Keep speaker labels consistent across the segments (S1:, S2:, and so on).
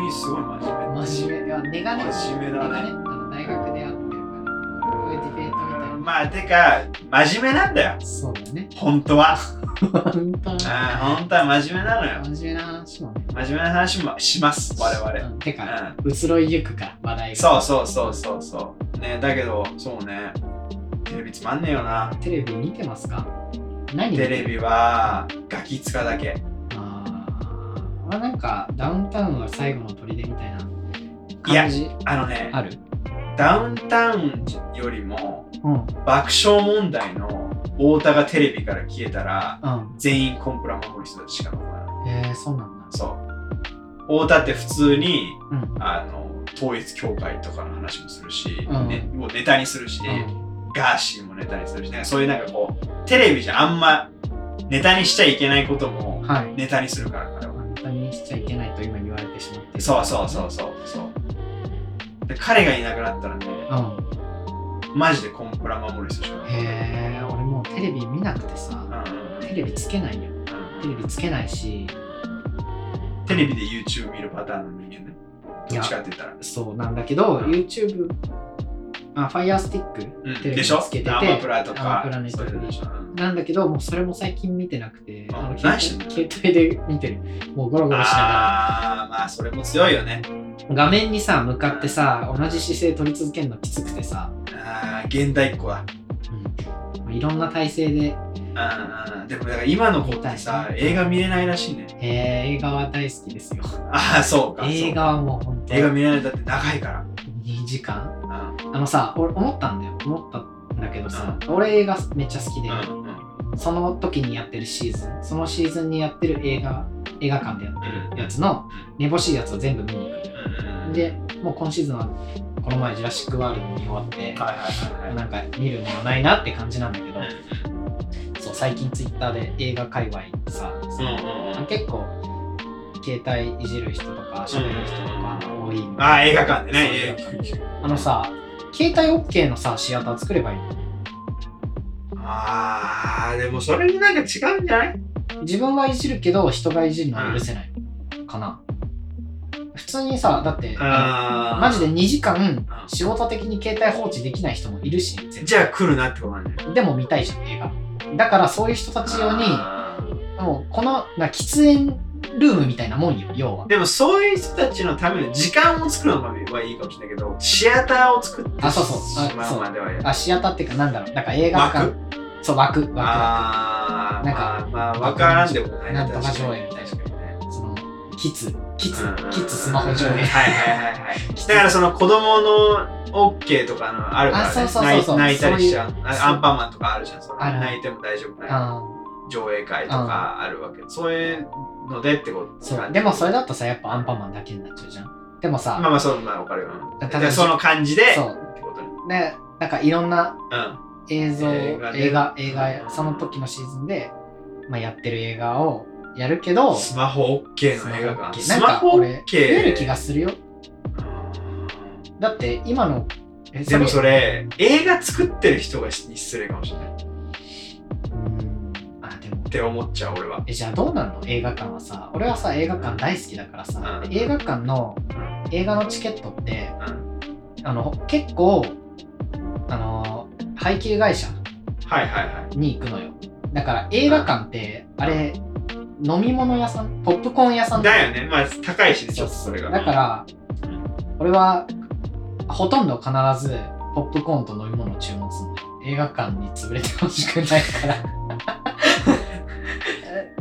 S1: にすごい真面目。
S2: 真面目いやネガね
S1: 真面目だね
S2: ネガあの大学であってるからディベートみたいな、
S1: まあ、てか、真面目なんだよ。
S2: そうだね
S1: 本当は。
S2: 本当
S1: あ本当は真面目なのよ。
S2: 真面目な話もね
S1: 真面目な話もします、我々。
S2: うんてか、
S1: う
S2: 移ろいゆくから話題が
S1: そうそうそうそうそう。ね、だけど、そうね。テレビつまんねえよな。
S2: テレビ見てますか何
S1: テレビはガキ使だけ。
S2: あーまあなんかダウンタウンは最後の砦みたいない
S1: や
S2: 感じ
S1: あのね、
S2: ある
S1: ダウンタウンよりも
S2: うんうん
S1: 爆笑問題の太田がテレビから消えたら全員コンプラ守る人たちしか残らない。
S2: えー、そうなんだ
S1: そう。太田って普通に
S2: うん
S1: あの統一教会とかの話もするし、
S2: うん
S1: ね、もうネタにするし、
S2: うん
S1: ガーシーもネタにするし、なんかそういうなんかこう、テレビじゃあんまネタにしちゃいけないことも
S2: はい
S1: ネタにするから、彼は。
S2: 簡単にしちゃいけないと今言われてしまって
S1: そうそうそうそうそう。で彼がいなくなったらね、
S2: う
S1: マジでコンプラ守る人しか
S2: ん
S1: ない。
S2: へえ俺もうテレビ見なくてさ
S1: うんうん
S2: テレビつけないよテレビつけないし
S1: テレビで YouTube 見るパターンの人間ね。どっちかって言ったら。
S2: そうなんだけど、
S1: うん
S2: YouTube あファイヤースティック
S1: うん
S2: テレビ
S1: で
S2: に
S1: しょ
S2: つけてて
S1: アマプラと
S2: アマ
S1: か
S2: プラ、に
S1: そういうのでしょ。うん
S2: なんだけどもうそれも最近見てなくて
S1: あ
S2: あの携
S1: 何
S2: 帯
S1: してんの
S2: 携帯で見てるもうゴロゴロしなが
S1: あー、まあそれも強いよね。
S2: ら画面にさ向かってさ同じ姿勢取り続けるのきつくてさ、
S1: あー現代っ子だ。
S2: いろんな体勢で、
S1: あーでもだから今の子ってさ、映画見れないらしいね。
S2: えー映画は大好きですよ
S1: ああ、そうか。そう
S2: 映画はもう本当
S1: 映画見れないだって長いから。
S2: 2時間
S1: うん
S2: あのさ俺思ったんだよ思ったんだけどさ、俺映画めっちゃ好きで、
S1: うんうん
S2: その時にやってるシーズンそのシーズンにやってる映画映画館でやってるやつのめぼしいやつを全部見に行く
S1: うんうん
S2: でもう今シーズンはこの前「ジュラシック・ワールド」見終わって、
S1: はいはいはいはい。
S2: なんか見るものないなって感じなんだけど、
S1: う
S2: そう最近ツイッターで映画界隈さ、
S1: んうんうん
S2: 結構携帯いじる人とか喋る人とか多いの
S1: ああ、映画館でね
S2: そう。
S1: 映
S2: 映
S1: 画
S2: 画
S1: 館
S2: あのさ携帯 OK のさシアター作ればいいの
S1: ああ、でもそれになんか違うんじゃない
S2: 自分はいじるけど人がいじるのは許せないかな、普通にさだってあ
S1: あ
S2: の
S1: あ。
S2: マジで2時間仕事的に携帯放置できない人もいるし絶対
S1: じゃあ来るなってことなんだよ。
S2: でも見たいじゃん映画だからそういう人たち用に
S1: あ
S2: もうこのな喫煙ルームみたいなもんよ要は
S1: ーでもそういう人たちのための時間を作るのはいいかもしれないけど、シアターを作って
S2: あそうそうあ
S1: しまうまではや
S2: あシアターっていうかなんだろうだから映画館
S1: 枠
S2: そう枠枠
S1: ああ、
S2: なんか
S1: まあ、まあ、わからんでもない
S2: なんとか
S1: 確
S2: 上
S1: かに
S2: 映みたいな
S1: 確かにね
S2: そのキッズキッズ、
S1: うん
S2: キッズスマホ上
S1: はい
S2: 映
S1: はいはいはい。だからその子供の OK とかのあるから、ね、
S2: あそうそうそうそう
S1: 泣い泣いたりしちゃう。
S2: そういう
S1: あアンパンマンとかあるじゃん。その
S2: ある
S1: 泣いても大丈夫な
S2: あ
S1: 上映会とかあるわけ。そういうのでってこと
S2: ーそうでもそれ
S1: だ
S2: だとさやっぱアンパンマンだけになっちゃうじゃんでもさ、
S1: まあまあそうまあわかるよ。うん
S2: だ
S1: だからその感じでって
S2: そ
S1: こ
S2: う
S1: とね。
S2: ねなんかいろんな
S1: うん。
S2: 映像
S1: 映
S2: 映
S1: 画
S2: 画
S1: で
S2: 映画その時のシーズンで、まあ、やってる映画をやるけど
S1: スマホ OK の映画館。
S2: な
S1: ス
S2: ん
S1: マ
S2: か
S1: ホ
S2: 俺
S1: OK。
S2: 増える気がするよ
S1: うん
S2: だって今のえ
S1: でもそれ、映画作ってる人がに失礼かもしれないっ
S2: うんあでも
S1: て思っちゃう俺は。
S2: えじゃあどうなんの映画館はさ俺はさ映画館大好きだからさ、
S1: うん
S2: で映画館の
S1: うん
S2: 映画のチケットって
S1: うん
S2: あの結構あの配給会社
S1: はいはいはい。
S2: に行くのよだから映画館ってあれ飲み物屋さんポップコーン屋さん
S1: だよね、まあ高いしね、ち
S2: そ
S1: ょ
S2: う
S1: っとそれが。
S2: だから俺はほとんど必ずポップコーンと飲み物を注文するんだよ映画館に潰れてほしくないから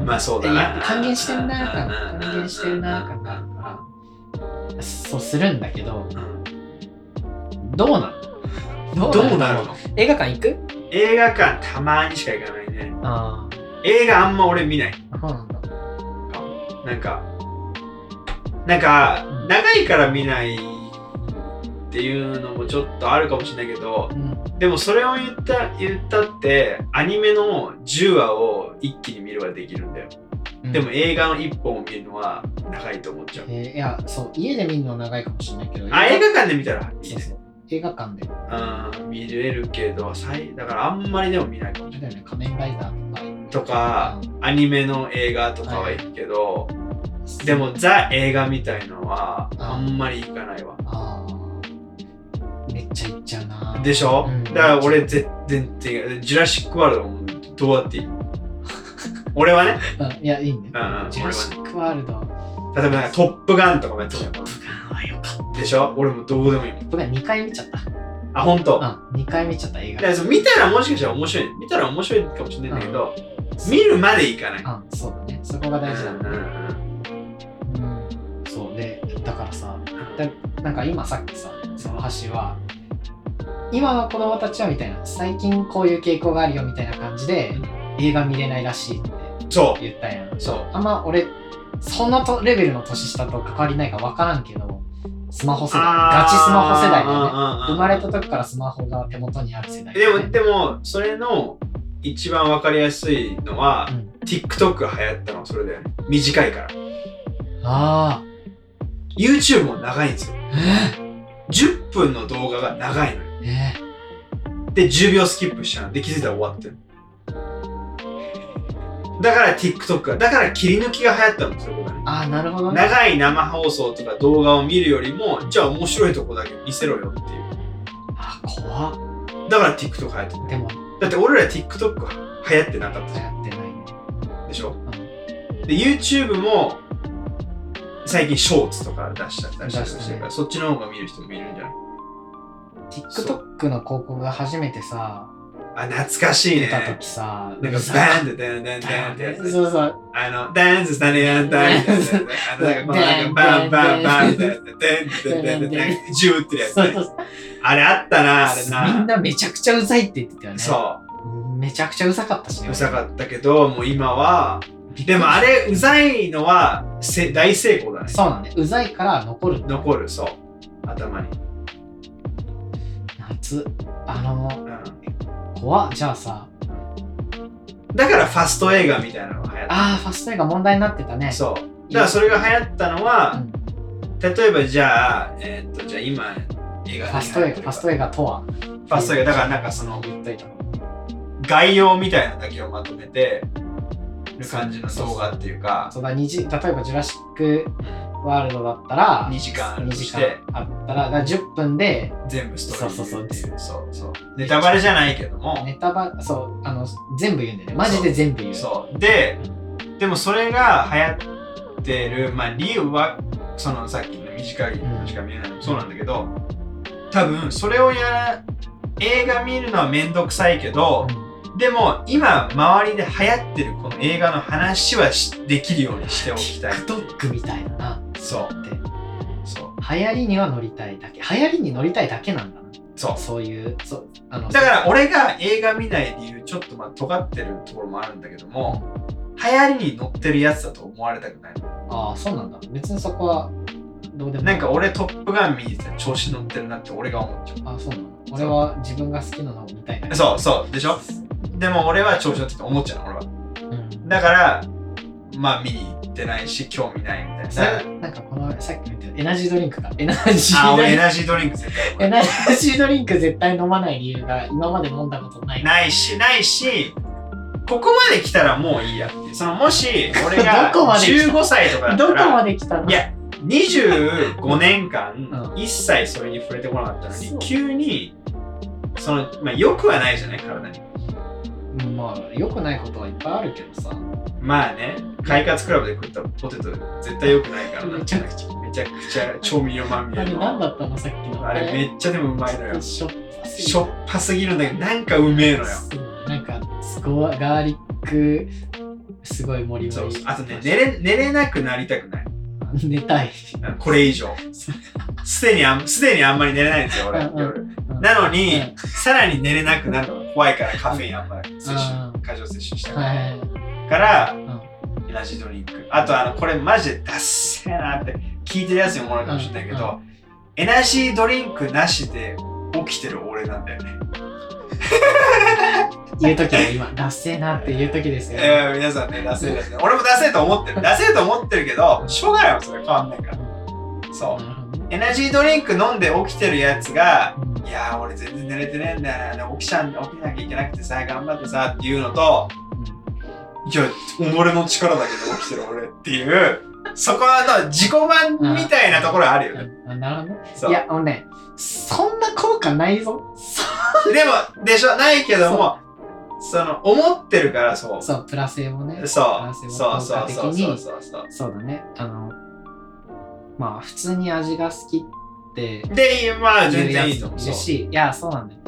S1: まあそうだ
S2: い
S1: な
S2: や。還元してるなー感還元してるなー感があ
S1: か
S2: るからそうするんだけどどうなの
S1: どうなる
S2: の
S1: の
S2: 映画館行く
S1: 映画館たまにしか行かないね。
S2: あ
S1: 映画あんま俺見ない。
S2: あそうなんだ
S1: なんか、なんか
S2: う、ん
S1: 長いから見ないっていうのもちょっとあるかもしれないけど、
S2: うん
S1: でもそれを言った、言ったって、アニメの10話を一気に見るはできるんだよ。
S2: うん
S1: でも映画の1本を見るのは長いと思っちゃう。
S2: えーいやそう家で見るのは長いかもしれないけど
S1: あ、映画館で見たらいい
S2: そう
S1: ね。
S2: そう映画館で
S1: うん見れるけど、さいだからあんまりでも見ないかも
S2: あ
S1: し
S2: れ
S1: れな
S2: だ
S1: い。
S2: よね仮面ライダーと
S1: と
S2: か
S1: か、アニメの映画とかは行くけど、
S2: うんです
S1: でもザ映画みたいのは
S2: うん
S1: あんまり行かないわ
S2: あーめっちゃ行っちゃうな
S1: でしょ、
S2: うん
S1: だから俺絶全然ジュラシックワールドもどうやって いい俺はね
S2: うんいやいいね
S1: うんうん
S2: ジュラシックワールドト
S1: 例えばなんかトップガンとかもやってたじゃん
S2: ップガンはよかった
S1: でしょ俺もどうでもいいもん
S2: 僕は2回見ちゃった
S1: あ本当。
S2: うん2回見ちゃった映
S1: だ
S2: 画
S1: からその見たらもしかしたら面白い見たら面白いかもしれないんだけど、見るまでいかない
S2: うんそうだねそこが大事だ
S1: うんうんうん
S2: うんそうでだからさだなんか今さっきさその橋は今の子供たちはみたいな最近こういう傾向があるよみたいな感じで映画見れないらしいって
S1: そ
S2: 言ったやん
S1: うそう
S2: あんま俺そんなとレベルの年下と関わりないか分からんけどスマホ世代ガチスマホ世代だよね
S1: だ
S2: 生まれた時からスマホが手元にある世代だ
S1: で
S2: よ
S1: も
S2: ね
S1: でもそれの一番わかりやすいのは、
S2: うん
S1: TikTok が流行ったのはそれだよね短いから
S2: ああ
S1: YouTube も長いんですよ
S2: え
S1: 10分の動画が長いのよ
S2: ー、え
S1: で10秒スキップしちゃうので気づいたら終わってるだから TikTok がだから切り抜きが流行ったのそういうことね
S2: ー、ああなるほどね
S1: 長い生放送とか動画を見るよりもじゃあ面白いとこだけ見せろよっていう
S2: あー怖っ
S1: だから TikTok 流行ってる
S2: でも
S1: だって俺ら TikTok 流行ってなかったじゃ
S2: やってないね
S1: んでしょで YouTube も最近ショーツとか出したり出したりしてるから、そっちの方が見る人もいるんじゃない
S2: TikTok の広告が初めてさ
S1: あ懐かしい
S2: 出
S1: ね
S2: た時さ
S1: なんか
S2: うざ
S1: バーンってダンダンダンってや
S2: そう
S1: つ
S2: そうそう
S1: あのダンスしたねやんたみたいなあのなんかこうなんかバンバンバンってやってダンダンダンダンジューってやつ
S2: そうそう
S1: あれあったなあれ
S2: みん
S1: な
S2: なめちゃくちゃうざいって言ってたよね
S1: そう
S2: めちゃくちゃうざかったしね
S1: ううざかったけどもう今はでもあれうざいのはせ大成功だね
S2: そうなんだようざいから残る
S1: 残るそう頭に、
S2: 夏あの
S1: うん、
S2: 怖っじゃあさ
S1: だからファスト映画みたいなのが流行った
S2: あーファスト映画問題になってたね
S1: そうだからそれが流行ったの
S2: う
S1: は
S2: ん
S1: 例えばじゃあえーっとじゃあ今映画
S2: ファスト映画ファスト
S1: 映
S2: 映画とは
S1: 画ファスト映画だからなんかその
S2: 言っといたの
S1: 概要みたいなのだけをまとめてる感じの動画っていうか
S2: そうだ二時例えば「ジュラシック・ワールド」だったら
S1: 2時間ある
S2: 2
S1: と
S2: 時
S1: し
S2: 間
S1: て
S2: あったらだから10分で
S1: 全部ストーリーっていうそうそう
S2: う
S1: ネタバレじゃないけども
S2: ネタバそうあの全部言うんだよねマジで全部言う
S1: そうででもそれが流行ってる、まあ、理由はそのさっきの短いのしか見えないのもそうなんだけど多分それをやら映画見るのはめんどくさいけど
S2: うん
S1: でも今周りで流行ってるこの映画の話はしできるようにしておきたい
S2: TikTok みたいだな
S1: そう
S2: って
S1: そう
S2: 流行りには乗りたいだけ流行りに乗りたいだけなんだな
S1: そ
S2: そういうそうあの
S1: うだから俺が映画見ない理由ちょっとまあ尖ってるところもあるんだけども流行りに乗ってるやつだと思われたくない
S2: ああそうなんだ別にそこはどうでも
S1: なんか俺トップガン見に行ってたら調子乗ってるなって俺が思っちゃ
S2: ああそうなんだ俺は自分が好きなのを見たいだけ
S1: う。そうそう、でしょでも俺は調子乗ってて思っちゃうの、俺は。
S2: うん
S1: だから、まあ見に行ってないし、興味ないみ
S2: そ
S1: たいな。
S2: れなんかこのさっきも言ったエナジードリンクかエナジ
S1: あ、
S2: ード
S1: 俺
S2: リ
S1: エ
S2: ンク
S1: ナジードリンク絶対
S2: エナジードリンク絶対飲まない理由が今まで飲んだことない
S1: ないし、ないし、ここまで来たらもういいやっていう。そのもし、俺が
S2: どこまで来た
S1: 15歳とかだ
S2: ど
S1: った
S2: こま
S1: ら、
S2: で来たの
S1: いや25年
S2: う
S1: 間、
S2: ん
S1: 一切それに触れてこなかったの
S2: そ
S1: に
S2: う、
S1: 急に、その、まあ良くはないじゃない、体に。
S2: うんまあ良くないことはいっぱいあるけどさ
S1: まあね、快活クラブで食ったポテト絶対良くないからな。
S2: めちゃくちゃ
S1: めちゃくちゃ調味料まみ
S2: あ
S1: れ
S2: れ
S1: の。
S2: 何だったのさっきの
S1: あれめっちゃでもうまいのよ。
S2: しょっぱすぎる
S1: しょっぱすぎるんだけど、なんかうめえのよ。
S2: そうなんかスコアガーリックすごい盛り
S1: そ
S2: 盛
S1: う
S2: り
S1: そうあとね寝れ、寝れなくなりたくない。
S2: 寝たい
S1: これ以上
S2: そ。
S1: すでにあん、すでにあんまり寝れないんですよ、俺。
S2: うんうん
S1: 夜なのに、
S2: うん
S1: さらに寝れなくなるのが怖いからカフェインあんまり摂取
S2: うん、
S1: 過剰摂取したから。
S2: はい
S1: から、
S2: ん
S1: エナジードリンクあとあのこれマジでダッセーなって聞いてるやつにもらうかもしれないけど、
S2: うんう
S1: エナジードリンクなしで起きてる俺なんだよね、
S2: 言う時は今ダッセーなって言う時ですよ、
S1: えー、皆さんねダッセーですね俺もダッセーと思ってるダッセーと思ってるけどしょうがないもんそれ変わんないからそ
S2: な
S1: う
S2: るほどね
S1: エナジードリンク飲んで起きてるやつが
S2: うん
S1: いやー俺全然寝れてねえんだよな起きちゃうん起きなきゃいけなくてさ頑張ってさっていうのといや、己の力だけで起きてる俺っていう、そこはあの自己満みたいなところあるよね。
S2: あなるほどね
S1: そう
S2: いや、あのね、そんな効果ないぞ。そ
S1: でも、でしょ、ないけども、その、思ってるからそう。
S2: う、
S1: そう。
S2: そうプラセボね。
S1: そう
S2: 男性
S1: そ
S2: は
S1: う
S2: 効果的
S1: そう
S2: に
S1: そうそうそ
S2: そうだね。あの、まあ、普通に味が好きって
S1: う。で、まあ、全
S2: 言うや
S1: 然いい
S2: つ
S1: と思う。
S2: もい
S1: そ
S2: る
S1: う
S2: し、いや、そうなんだよ。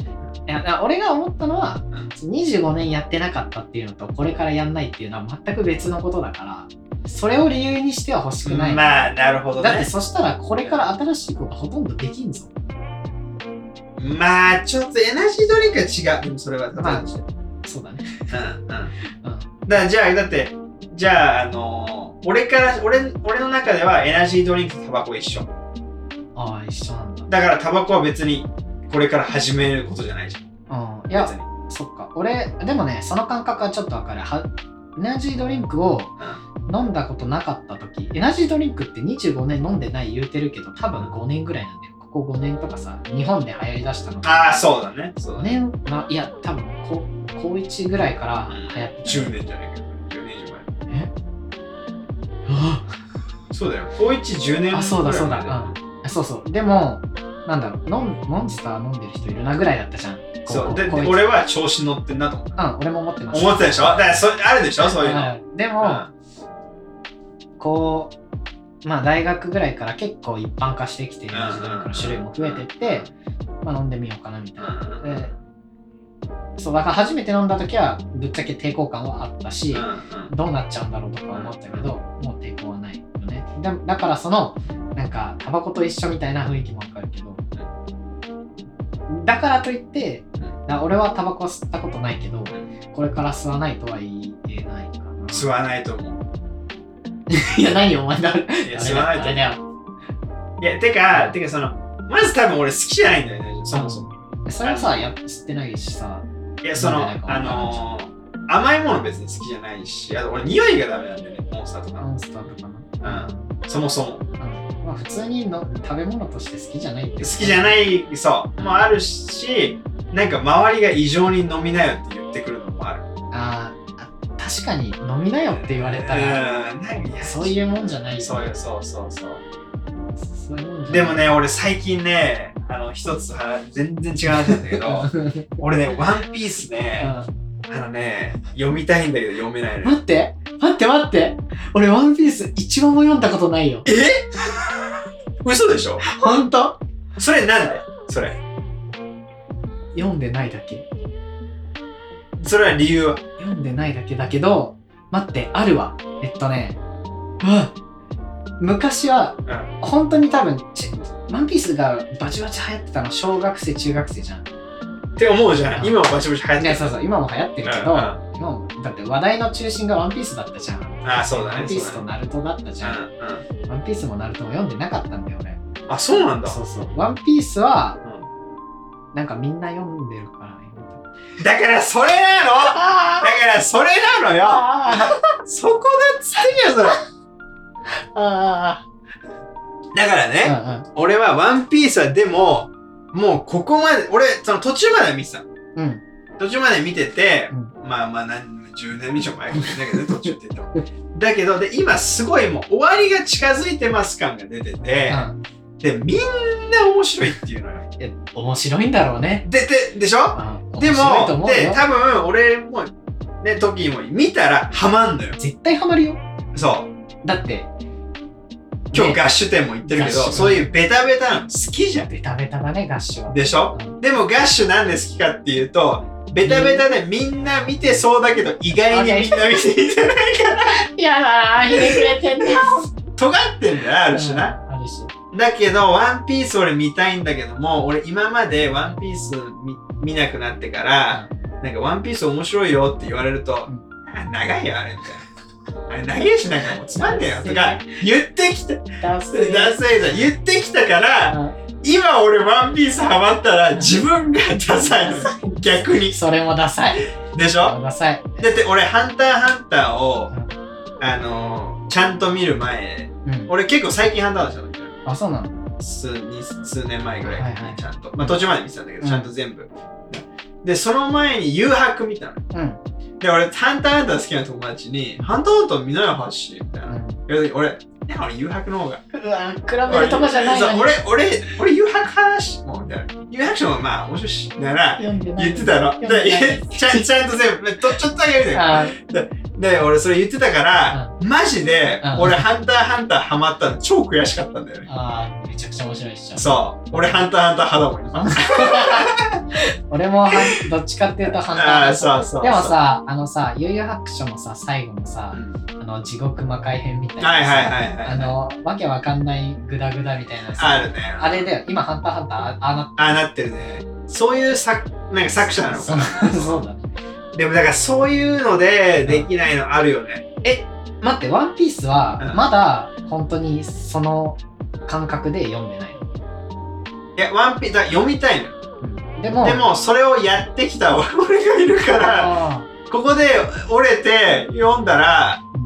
S2: いやな俺が思ったのは、
S1: ん
S2: 25年やってなかったっていうのとこれからやんないっていうのは全く別のことだからそれを理由にしては欲しくない、
S1: まあ、なるほど
S2: だって
S1: ね。
S2: そしたらこれから新しいことほとんどできんぞ
S1: まあ、ちょっとエナジードリンクは違う。でもそれは、
S2: まあそうだね
S1: うんうん。だか
S2: うん
S1: ら、じゃあ、だって、じゃあ、あのー俺から、俺、俺の中ではエナジードリンクとタバコ一緒。
S2: ああ一緒なんだ
S1: だから、タバコは別に、これから始めることじゃないじ
S2: うんい
S1: ゃん。
S2: や
S1: 別に。
S2: そっか俺でもねその感覚はちょっとわかるはエナジードリンクを飲んだことなかった時エナジードリンクって25年飲んでない言うてるけど多分5年ぐらいなんだよここ5年とかさ日本で流行りだしたのが
S1: ああ、そうだね。そうだ
S2: 5
S1: ね。
S2: 年、まあ、いや多分高高1ぐらいから流行ってた
S1: 10年じゃないけど、10年以上前。
S2: あ
S1: そうだよ。高一10年
S2: そうだそうだ、
S1: ぐらいまで
S2: うん、そうそうでもなんだろう飲んモンスター飲んでる人いるなぐらいだったじゃん
S1: そう。で、で
S2: こいつ
S1: 俺は調子乗ってんなと思っ
S2: うん俺も思ってま
S1: た。
S2: した
S1: 思ってたでしょだからそ、あるでしょそういうの。
S2: んでも、こうまあ大学ぐらいから結構一般化してきてエナジードリンクの種類も増えてって、まあ、飲んでみようかなみたいな、
S1: うん
S2: でそうだから初めて飲んだ時はぶっちゃけ抵抗感はあったし、
S1: うんうん
S2: どうなっちゃうんだろうとか思ったけど、もう抵抗はないよねだだからそのなんかタバコと一緒みたいな雰囲気もわかるけど、だからといって、
S1: うん
S2: な俺はタバコ吸ったことないけど、これから吸わないとは言えないか な
S1: 吸わないと思う。
S2: いや何よお前だ
S1: いや、吸わないと
S2: あ
S1: 思
S2: れだよ
S1: う。いや、てか、てかその、まず多分俺好きじゃないんだよね、そもそも。
S2: あそれはさや知ってないしさ
S1: いや、その、
S2: なんで
S1: あ
S2: なんか
S1: のー、甘いもの別に好きじゃないし、あと俺匂いがダメなんだよね、モンスターとか
S2: モ
S1: の。
S2: ンスターとかな、
S1: そもそも。
S2: うんまあ、普通にの食べ物として好きじゃないって
S1: 好きじゃ
S2: い
S1: ない、そう、もあるし、なんか周りが異常に飲みなよって言ってくるのもある。
S2: あーあ確かに飲みなよって言われたら、
S1: うん、なんか
S2: そういうもんじゃないよ
S1: そうよそうそうそう
S2: そういうもんじゃない
S1: でもね俺最近ねあの一つ話全然違う話なんだけど 俺ね「ワンピースね
S2: う
S1: あのね読みたいんだけど読めない
S2: ん
S1: のよ
S2: 待って待って待って俺ワンピース一話も読んだことないよ
S1: 嘘でしょ
S2: ほんと
S1: それなんでそれ
S2: 読んでないだけ
S1: それは理由は
S2: 読んでないだけだけど待ってあるわえっとねうわ昔は
S1: うん
S2: 本当に多分ちワンピースがバチバチ流行ってたの小学生中学生じゃん
S1: って思うじゃん今もバチバチ流行って
S2: ね
S1: る
S2: そうそう今も流行ってるけど、
S1: うん
S2: もうだって話題の中心がワンピースだったじゃん
S1: ああそうだ
S2: ワン
S1: ね
S2: ピー
S1: そ
S2: スと
S1: うだね
S2: ナルトだったじゃん、
S1: うんうん
S2: ワンピースもナルトも読んでなかったんだよ俺
S1: あそうなんだ
S2: そうそう。ワンピースは、
S1: う
S2: なんかみんな読んでるから、今
S1: んだからそれ なのだ
S2: あ
S1: からそれなのよ
S2: あ
S1: そこだっつってんよそれ
S2: ああ
S1: だからね、
S2: あ
S1: 俺はワンピースはでも、もうここまで、俺、その途中までは見てたの。
S2: うんうん。
S1: 途中まで見てて、
S2: うん
S1: まあまあ何、10年以上前かもしれないけどね、途中って言っても。だけど、で、今すごいもう終わりが近づいてます感が出てて、
S2: うん。
S1: で、みんな面白いっていうのよ。
S2: いや、面白いんだろうね。
S1: で、で、でしょ
S2: うん
S1: で
S2: 面白いと
S1: も、
S2: 思う
S1: で、
S2: よ。
S1: 多分俺も、ね、時も見たらハマんのよ。
S2: 絶対ハマるよ。
S1: そう。
S2: だって、
S1: 今日
S2: ね
S1: 合手店も行ってるけ
S2: 合
S1: ど、
S2: 宿
S1: そういうベタベタなの好きじゃん。
S2: ベタベタだね、合唱は。
S1: でしょ
S2: うん
S1: でもガッシュなんで好きかっていうと、ベタベタでみんな見てそうだけど、意外にみんな見ていて ないから、
S2: やだー、ひねくれてんね。
S1: 尖ってんだよ、あ
S2: あ
S1: るしな。。
S2: あるし。
S1: だけど、ワンピース俺見たいんだけども、俺今までワンピース見見なくなってから、なんかワンピース面白いよって言われると、
S2: うん
S1: あ長いよ、あれみたいな。あれ長いしなんかもうつまんねえよとか言ってきた、
S2: ダ
S1: ダサいじゃん言ってきたから、
S2: う
S1: 今俺ワンピースハマったら自分がダサいの。逆に
S2: ん。。それもダサい。
S1: でしょ
S2: ダサい。
S1: だって俺「ハンターハンターを」
S2: うん
S1: あのーちゃんと見る前
S2: うん。
S1: 俺結構最近「ハンターハンター」したんだ
S2: あ、そうな
S1: け
S2: の
S1: ど数に数年前ぐらい
S2: はいは
S1: に
S2: い
S1: ちゃんと、まあ、途中まで見てたんだけど、
S2: うん
S1: ちゃんと全部でその前に「誘白」見たの
S2: うん。
S1: で俺「ハンターハンター」好きな友達に「ハンターハンター見なよハッシー」みたいな、
S2: うん
S1: 言われて俺ね、俺、誘白の方が。
S2: うわ、比べるとこじゃない
S1: そう
S2: のに
S1: 俺、俺、俺、誘白話も、みたいな。誘白書もまあ、面白いし、なら、
S2: 読んでない。
S1: 言ってたの。
S2: 読ん
S1: で
S2: でない
S1: ちゃん、ちゃんと全部、とちょっとだけみたいな。
S2: あ
S1: で、俺、それ言ってたから、マジで
S2: う、ん
S1: 俺、ハンターハンターハマったの超悔しかったんだよね。
S2: あー、めちゃくちゃ面白いっし ょ。
S1: そう。俺、ハンターハンター派だもん。
S2: 俺もはんどっちかっていうと反
S1: あ
S2: 対
S1: あ、そうそう。
S2: でも、さ、あのさ、悠々白書のさ、最後の
S1: う
S2: さ、
S1: ん
S2: あの地獄魔界編みたいなさ、
S1: はいはいはいはい。
S2: あの、わけわかんないグダグダみたいなさ、
S1: あるね。
S2: あれだよ、今ハンターハンター、ああな
S1: あなってるね。そういう作、なんか作者なのかな。
S2: そうそうだね。
S1: でもだからそういうのでできないのあるよね。
S2: 待って、ワンピース
S1: う
S2: は
S1: ん
S2: まだ本当にその感覚で読んでないの。
S1: いや、ワンピースだ読みたいの。
S2: でも、
S1: でもそれをやってきた俺がいるから、
S2: あ
S1: ここで折れて読んだら
S2: ー、うん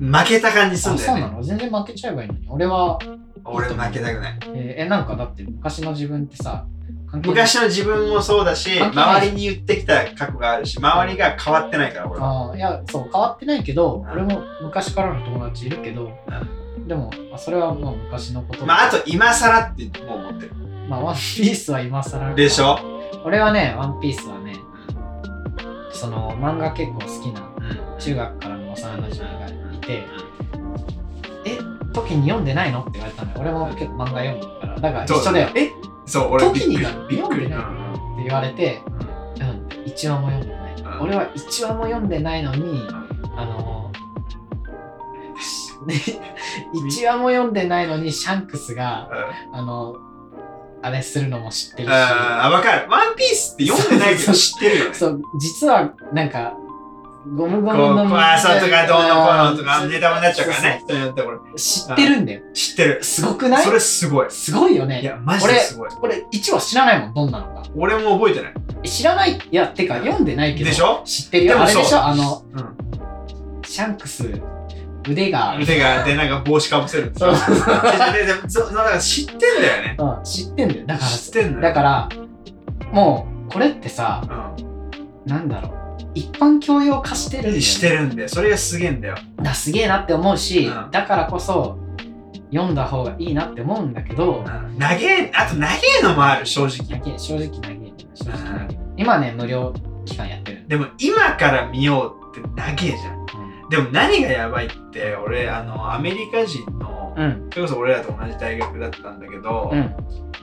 S1: 負けた感じすん
S2: あ
S1: だ
S2: そ
S1: よ
S2: う
S1: ね
S2: な。の全然負けちゃえばいいのに。俺は、
S1: 俺負けたくない。
S2: えーえなんかだって昔の自分ってさ、関係ない
S1: 昔の自分もそうだし、
S2: 関係ない
S1: 周りに言ってきた過去があるし、周りが変わってないから俺は。
S2: あーいやそう変わってないけど
S1: うん
S2: 俺も昔からの友達いるけどでもまあそれはまあ昔のこと
S1: まああと今更ってもう思ってる。
S2: まあワンピースは今更か
S1: でしょ
S2: 俺はねワンピースはねその漫画結構好きな
S1: うん。
S2: 中学からの幼馴染がいてえ時に読んでないのって言われたのよ俺も結構漫画読むからだから一緒だよって
S1: えそう、俺
S2: 時に
S1: びっ
S2: な
S1: くりびっくり。
S2: 読んでない言われてうん1話も読んでない
S1: うん
S2: 俺は1話も読んでないのに
S1: う
S2: あの1話も読んでないのにシャンクスが
S1: んうん
S2: あの、あれするのも知ってるし、
S1: あーあ、わかる。ワンピースって読んでないけど知ってるよね。
S2: そう、実はなんか、ゴムゴ
S1: こ
S2: ム
S1: う、
S2: の
S1: こうあそうとかどうのこうのと
S2: あ
S1: か
S2: ー
S1: ネタバレになっちゃうからね
S2: そ。
S1: 人によってこれ
S2: うそう知ってるんだよ。
S1: 知ってる。
S2: すごくない
S1: それすごい。
S2: すごいよね。
S1: いや、マジですごい。
S2: これ、一応知らないもん、どんなのか。
S1: 俺も覚えてない。
S2: え知らない、いや、てか読んでないけど、
S1: でしょ
S2: 知ってるよ。
S1: で
S2: あ
S1: も
S2: れ
S1: そう
S2: でしょあの、
S1: うん
S2: シャンクス、腕が、うん
S1: 手が、で、なんか帽子かぶせるんでしょ。
S2: そう
S1: で、で、でそうだから知ってんだよね。
S2: 知ってんだよ。だか
S1: 知ってん
S2: ら、
S1: だ
S2: だ
S1: よ。
S2: から、もう、これってさ、なんだろう。一般教養化してるんだ
S1: う
S2: よね
S1: ん。してるんだよ。それがすげえんだよ。
S2: だすげえなって思うし、
S1: うん
S2: だからこそ読んだ方がいいなって思うんだけど、
S1: うん長え、あと長えのもある、正直。
S2: 長え正直長え正直長え今ね無料期間やってる、
S1: でも、今から見ようって長えじゃん。でも何がやばいって、俺、あの、アメリカ人の、
S2: うん
S1: それこそ俺らと同じ大学だったんだけど、
S2: うん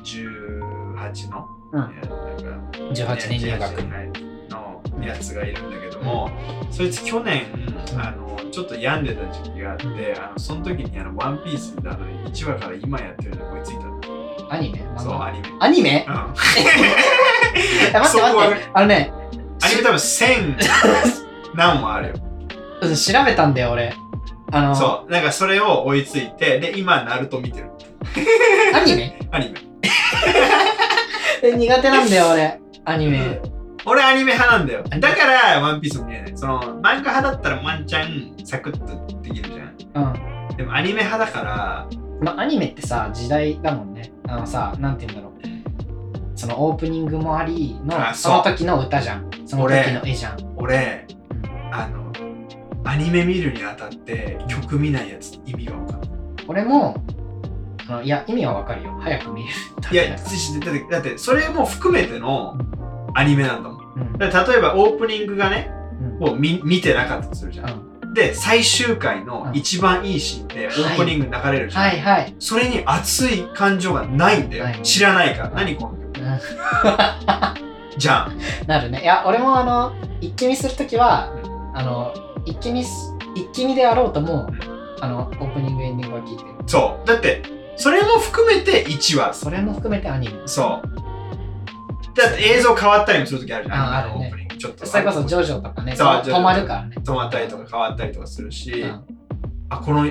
S1: 18の、
S2: う
S1: いや
S2: ん
S1: なんか
S2: 18年入学
S1: 18のやつがいるんだけども、そいつ去年、あのちょっと病んでた時期があって、あのその時にあの「ワンピースであの1話から今やってるの追いついたの
S2: アニメ漫画
S1: そうアニメ。
S2: アニ メ
S1: うん
S2: え待って
S1: そこは
S2: 待ってあのね
S1: アニメ多分1000 何もあるよ。
S2: うん調べたんだよ俺あの
S1: そう。なんかそれを追いついて、で、今、ナルト見てる。
S2: ア ニメ
S1: アニメ。
S2: え苦手なんだよ俺アニメ
S1: 俺アニメ派なんだよ。だから、ワンピースも見えない。その、漫画派だったらワンチャンサクッとできるじゃん。
S2: うん
S1: でもアニメ派だから、
S2: まあアニメってさ時代だもんねあのさなんて言うんだろうそのオープニングもありの
S1: あ
S2: その時の歌じゃんその時の絵じゃん
S1: 俺、あの、アニメ見るにあたって曲見ないやつ意味が分かんない。
S2: 俺もあのいや意味はわかるよ早く見えるだ
S1: い
S2: け
S1: や、
S2: だ
S1: だ
S2: か
S1: って、だってそれも含めてのアニメなんだもん。
S2: らうん
S1: だから例えばオープニングがね、
S2: うん
S1: もう見見てなかったとするじゃん。で、最終回の一番いいシーンでオープニング流れるじゃん。
S2: はいはい
S1: それに熱い感情がないんだよ。
S2: ない
S1: 知らないから。
S2: うん
S1: 何この曲じゃん。
S2: なるねいや俺もあの一気見する時は
S1: う
S2: あの一気見す一気見であろうとも
S1: うん
S2: あのオープニングエンディングは聞いてる
S1: そう。だって、それも含めて1話
S2: それも含めてアニメ
S1: そう。だって映像変わったりもするときあるじゃん。
S2: あ
S1: の
S2: あるね
S1: オープニングちょっと。
S2: それこそジョジョとかね
S1: そうジョジョ
S2: 止まるからね
S1: 止まったりとか変わったりとかするし、
S2: うん
S1: あ、この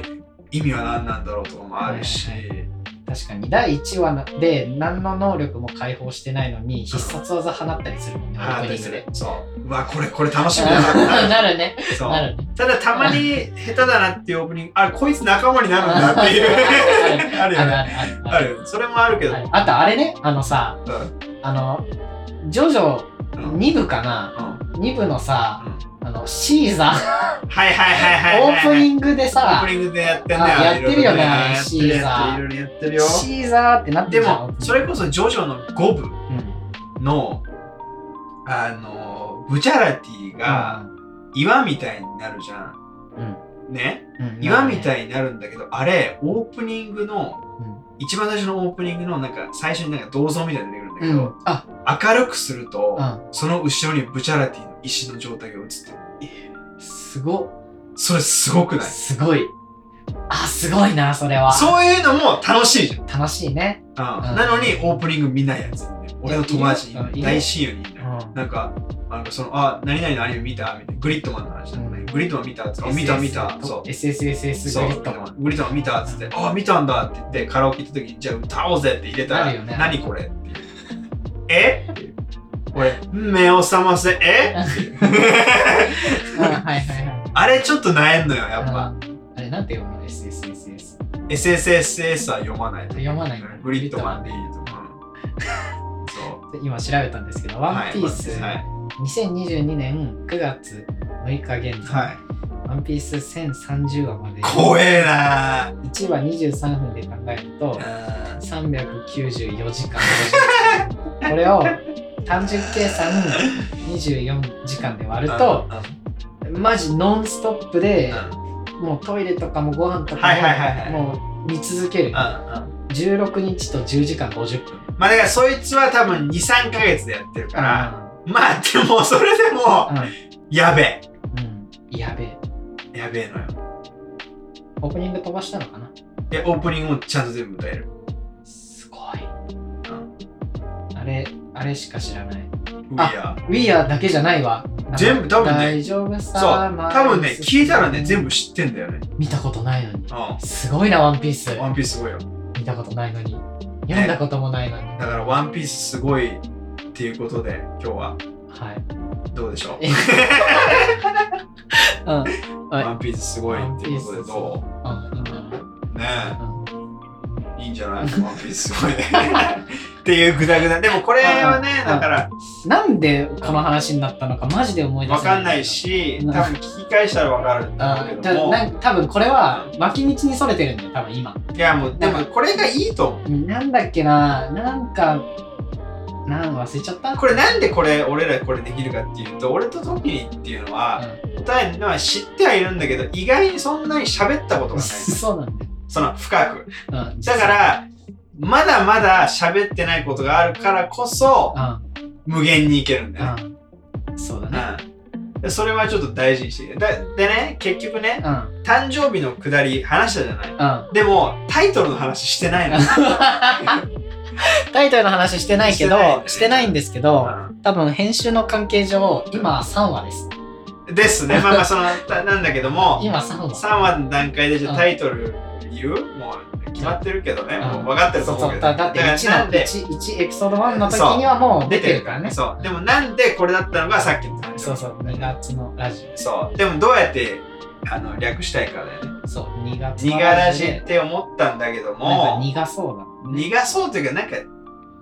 S1: 意味は何なんだろうとかもあるし、
S2: はい確かに第1話で何の能力も解放してないのに必殺技放ったりするもんねオ
S1: ああ
S2: ー
S1: った
S2: プニ
S1: り
S2: ン
S1: す
S2: グ
S1: る
S2: で。
S1: そう。うわ、これ、これ楽しみだな ってなる。
S2: なるね
S1: そう
S2: なるね
S1: ただ、たまに下手だなっていうオープニング、あ、こいつ仲間になるんだっていう。 あ
S2: あ
S1: る
S2: る
S1: よ
S2: あ
S1: ね。
S2: るある
S1: ある。それもあるけど。
S2: ああとあれねあのさ
S1: うん
S2: あのジョジョ
S1: うん
S2: 2部かな
S1: うん
S2: 2部のさ
S1: うん
S2: あのシーザ
S1: はいはいはいはい
S2: オ
S1: はい
S2: ー
S1: はい。
S2: プニ
S1: グ。
S2: ングで
S1: オー
S2: さ
S1: プニングでやってん
S2: あ
S1: だよ。
S2: やってるよね
S1: やってるや
S2: シーザー
S1: ってるいろいろやってるよ。
S2: シーザーってなって
S1: で
S2: るじゃん
S1: も、それこそジョジョの5部
S2: うん
S1: の、あの、ブチャラティが岩みたいになるじゃん。
S2: うん
S1: ね。
S2: うん
S1: 岩み
S2: い
S1: たいになるんだけど、あれ、オープニングの、一番最初のオープニングの、なんか、最初になんか銅像みたいに出てくるんだ
S2: う
S1: け
S2: んう
S1: ど、
S2: んあ
S1: 明るくすると、
S2: う
S1: その後ろにブチャラティの石の状態が映ってる。
S2: んすご
S1: それすごくない
S2: すごいあすごいなそれは
S1: そういうのも楽しいじゃん。
S2: 楽しいね
S1: うん
S2: うん
S1: なのにオープニング見ないやつ、ね、俺の友達にいる
S2: うんいる
S1: 大親友にいる、
S2: うん
S1: なんかなんかその「あ何々のアニメ見た?」みたいな「グリッドマンの話だもんね、
S2: うん
S1: グリッドマン見た?」っつって「あ見た見た」そう
S2: SSSS
S1: そう
S2: グリッ ドマン
S1: グリッドマン見たっつって「あ見たんだ」って言ってカラオケ行った時に「じゃあ歌おうぜ」って入れたら
S2: なる
S1: 「
S2: よね
S1: 何これ?」っていう「えっていう俺目を覚ませ えっていう
S2: うんはいはいはい
S1: あれちょっと悩んのよやっぱ、
S2: うんあれなんて読むの SSSS
S1: SSSS は読まない
S2: 読まない
S1: グリッドマンでいいと思うそう
S2: 今調べたんですけど「ワンピース
S1: はい。
S2: 2022年9月6日現在、
S1: はい、
S2: ワンピース1030話まで
S1: 怖えなー
S2: 1話23分で考えると
S1: あ
S2: 394時間50分これを単純計算24時間で割るとマジノンストップでもうトイレとかもご飯とか
S1: はいはいはいはい
S2: ももう見続ける16日と10時間50分
S1: まあだからそいつは多分23ヶ月でやってるから、まあでもそれでもやべ
S2: うん、うん、やべえ
S1: えやべえのよ
S2: オープニング飛ばしたのかな
S1: でオープニングもちゃんと全部歌える
S2: すごいあれあれしか知らな
S1: ウ
S2: いあ
S1: ィアー
S2: We are だけじゃないわ。
S1: 全部多分ね
S2: 大丈夫
S1: そう
S2: さ。
S1: 多分ね聞いたらね全
S2: 部。
S1: 部知ってんだよね
S2: 見たことないのに。
S1: う
S2: すごいな、ワンピース。
S1: んワンピースすごいよ
S2: 見たことないのに。読んだこともないのに。
S1: だからワンピースすごいっていうことで今日は
S2: はい。
S1: どうでしょう
S2: えうん。うん。はい
S1: ワンピースすごいっていうことで
S2: ワン
S1: ど
S2: うん
S1: うねえいいんじゃないワンピースすごいね。っていうグダグダ。でもこれはね、
S2: うん
S1: だから
S2: うん。なんでこの話になったのか、マジで思い出せ
S1: 分かんない。し、多分聞き返したら分かるんだ
S2: うん、
S1: けど
S2: だ
S1: も
S2: な。ん多分これは脇道にそれてるんだよ多分今
S1: いやもう、でもこれがいいと思
S2: なんだっけななんかなん忘れちゃった
S1: う。これなんでこれ、俺らこれできるかっていうと、俺とトキにっていうのは、答えるのは知ってはいるんだけど、意外にそんなに喋ったことが
S2: うん、
S1: ない。
S2: そうなんだよ、
S1: その深く。
S2: うん、
S1: だから、まだまだ喋ってないことがあるからこそ、
S2: うん
S1: 無限にいけるんだよね。
S2: うん、そうだね。
S1: うんでそれはちょっと大事にしてだでね結局ね
S2: うん、うん。
S1: 誕生日のくだり話したじゃないでもタイトルの話してないの
S2: タイトルの話してないけど、
S1: し
S2: してて
S1: な
S2: ないい
S1: ん
S2: んですけど、多分編集の関係上、今3話です。
S1: うんですねまあまあそのたなんだけども
S2: 今3話。
S1: 3話の段階でじゃ
S2: う
S1: あ
S2: ん
S1: タイトル言うもう決まってるけどね
S2: うん
S1: もう分かってると
S2: そ
S1: 思
S2: う
S1: う
S2: そ
S1: け
S2: う。
S1: ど
S2: だだって
S1: から
S2: 1
S1: なん
S2: の、
S1: で
S2: 1、1エピソード1の時にはもう出てるからね。そ
S1: そうでもなんでこれだったのがさっきの
S2: う
S1: 話
S2: そう2月のラジ
S1: そうでもどうやってあの略したいかだよね
S2: オ。そう、2月の
S1: 苦ら
S2: ラ
S1: し
S2: ジオで
S1: っ。て思ったんだけど
S2: なん
S1: も
S2: か苦そうだ。
S1: 苦そうというか、なんか、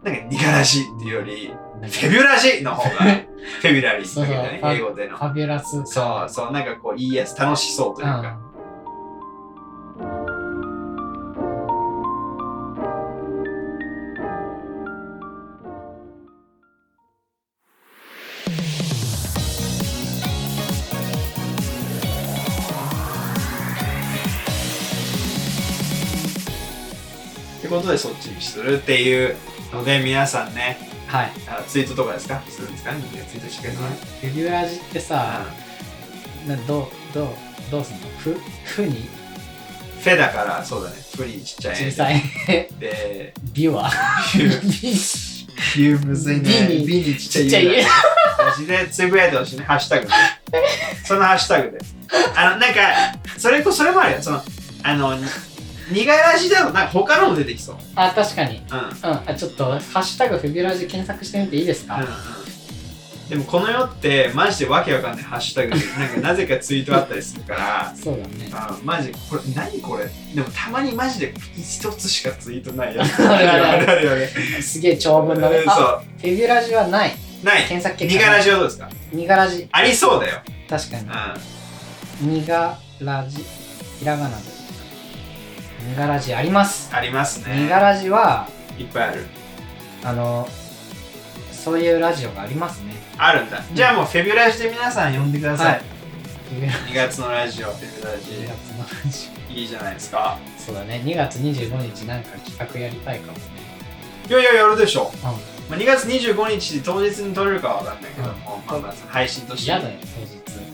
S1: なんか苦らしいっていうより、 フェビュラシーの方が、フェビュラリーっていうね
S2: そう、そう
S1: 英語での
S2: フ。ァビュラス感。
S1: そうそう、なんかこう、いいやつ、楽しそうというか。ってことで、そっちにするっていうので、皆さんね、
S2: うんはい。
S1: あツイートとかですかするんですかみんなツイートしてくれるのね
S2: フェビュラジってさ、などう、どう、どうすんのふ、ふに
S1: フェだから、そうだね、フリーちっちゃい。
S2: 小 さい。
S1: で、
S2: ビュア。
S1: ビュー、ビューむずいね。
S2: ビに
S1: ビにちっちゃい
S2: ちっちゃい
S1: 言うな。マジでつぶやいてほしいね、ハッシュタグで。そのハッシュタグで。あの、なんか、それこそれもあるよ。その、あの、に苦らしだと、なんか他のも出てきそう。うん。
S2: あ、確かに。うん。
S1: うんうん
S2: あ、ちょっと、ハッシュタグフェビュラジ検索してみていいですか、
S1: でもこの世ってマジでわけわかんないハッシュタグでなんかなぜかツイートあったりするから
S2: そうだね。
S1: あマジこれ何これでもたまにマジで一つしかツイートないや
S2: あるある
S1: あるあるよね
S2: すげえ長文だね
S1: う。ん
S2: あ、
S1: そ
S2: フェビュラジはない。
S1: うない
S2: 検索
S1: 苦
S2: 結果
S1: ら
S2: ない。
S1: しはどうですか
S2: ニガラジ。
S1: ありそうだよ
S2: 確かに。
S1: う
S2: にがらじ、ひらがなで。にがらじあります。
S1: ありますね
S2: にがらじは、
S1: いっぱいある
S2: あの、そういうラジオがありますね。
S1: あるんだじゃあもうフェブラジで皆さん呼んでください、
S2: はい2
S1: 2月のラジオフェブラ
S2: 月
S1: ジ
S2: のラジ
S1: いいじゃないですか
S2: オ。そうだね。2月25日なんか企画やりたいかもね。
S1: いやいややるでしょ、
S2: うん。
S1: まあ、2月25日当日に撮れるかは分かんないけど、もうまあまあ配信として
S2: 嫌だよ、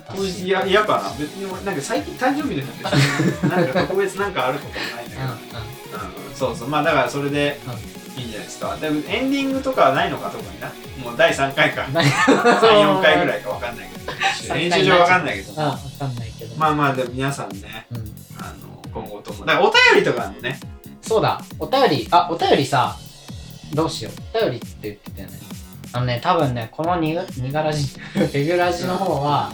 S2: 当
S1: 当
S2: 日。
S1: 日や嫌かな別に俺なんか最近誕生日でなんでしょ なんか特別なんかあることもないんだけ
S2: うんうん。
S1: ど、うんそうそうまあだからそれでいいんじゃないですかでもエンディングとかはないのか特になもう第3回 か
S2: ない
S1: 34回ぐらいか分かんないけど
S2: 回
S1: 練習上分かんないけど
S2: あ、わかんないけど。
S1: まあまあでも皆さんね
S2: うん。
S1: あの今後ともだからお便りとかもね
S2: そうだ、お便り、あ、お便りさ、どうしよう。お便りって言ってたよね。あのね、多分ね、このにがにがらじ、 ペグラジの方は、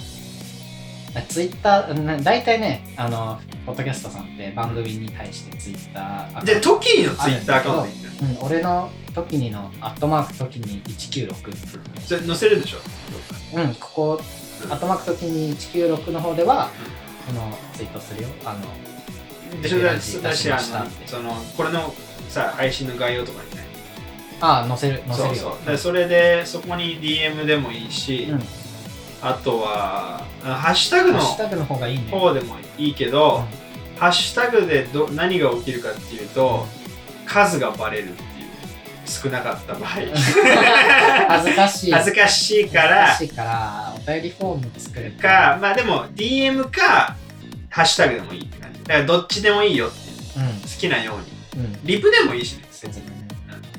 S2: ツイッター、大体ね、あの、ポッドキャストさんって番組に対してツイッター、
S1: でトキーのツイッターアカウントに
S2: うん、俺の時にの、アットマーク時に196。
S1: それ載せるでしょ
S2: うん、ここ、
S1: うん
S2: アットマーク時に196の方では、あの、ツイートするよ。あの、
S1: でそれだ
S2: 出
S1: し
S2: し
S1: だ
S2: ま
S1: し
S2: し
S1: あ
S2: た
S1: のそのこれのさ配信の概要とかにね
S2: あ、載せる、載せるよ。
S1: そうそうでそれでそこに DM でもいいし、
S2: うん、
S1: あとはあハッシュタグ
S2: ハ
S1: の
S2: ッシュタグの方がいいね。
S1: 方でもいいけど、
S2: うん
S1: ハッシュタグでど何が起きるかっていうと数がバレるっていう少なかった場合
S2: 恥ずかしい。
S1: 恥ずかしいから
S2: 恥ずかしいから、お便りフォーム作る
S1: かまあでも DM かハッシュタグでもいいって感じだからどっちでもいいよっていう好
S2: う
S1: きなように
S2: ん、うん。
S1: リプでもいいしね
S2: 別にね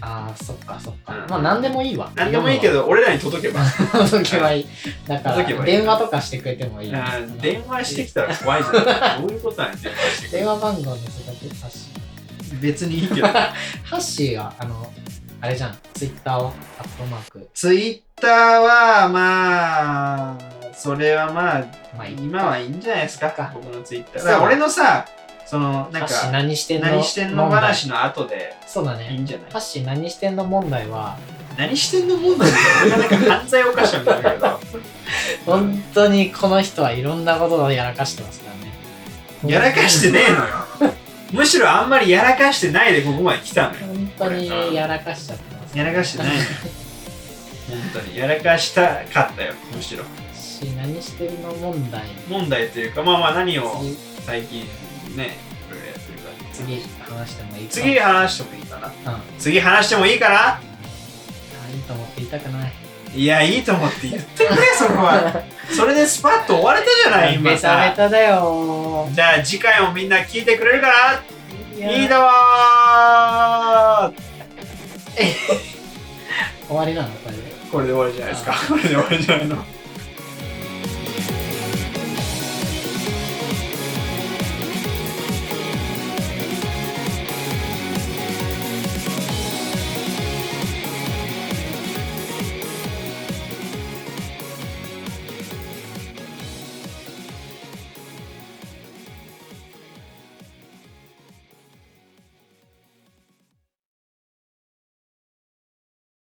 S2: ああ、そっかそっか。
S1: うん
S2: まあ、何でもいいわ。
S1: 何でもいいけど俺らに届けば
S2: 読むわ。届けばいい。だか
S1: 届けば
S2: ら、
S1: いい
S2: 電話とかしてくれてもいい。
S1: あー電話してきたら怖いじゃんどういうことなん電話してく
S2: 電
S1: る
S2: 話番号載せとく。ハッシ
S1: 別にいい けど
S2: ー。ハッシーは、あの、あれじゃん。ツイッターを、アットマーク。
S1: ツイッターはまあそれはまあ
S2: まあ、いい
S1: 今はいいんじゃないですか
S2: か
S1: 僕のツイッター
S2: そう
S1: だから俺のさそのなん
S2: ハッシー
S1: か
S2: 何してんの
S1: 何してんの
S2: 問題
S1: 話の後で
S2: そうだ
S1: いい
S2: ね。
S1: んじゃない
S2: ハッシー何してんの問題は、
S1: 何してんの問題だよ俺がなんか犯罪犯したみたいだけど
S2: 本当にこの人はいろんなことをやらかしてますからね。
S1: やらかしてねえのよむしろあんまりやらかしてないでここまで来たのよ
S2: 本当にやらかしちゃってます。
S1: やらかしてないのよ本当にやらかしたかったよむしろ
S2: し、何してるの問題。
S1: 問題というかまあまあ何を
S2: 次、
S1: 最近ねいろいろやってるから
S2: 次話してもいいか
S1: 次話してもいいかな
S2: うん。あ
S1: 次話してもいいかない
S2: いと思って言いたくない。
S1: いやいいと思って言ってくれそこ はそれでスパッと終われたじゃない今
S2: ベタベ
S1: さ
S2: タだよ
S1: じゃあ次回もみんな聞いてくれるか
S2: い
S1: ないい
S2: や
S1: だわー
S2: 終わりなのこれで。
S1: これで終わりじゃないですかこれで終わりじゃないの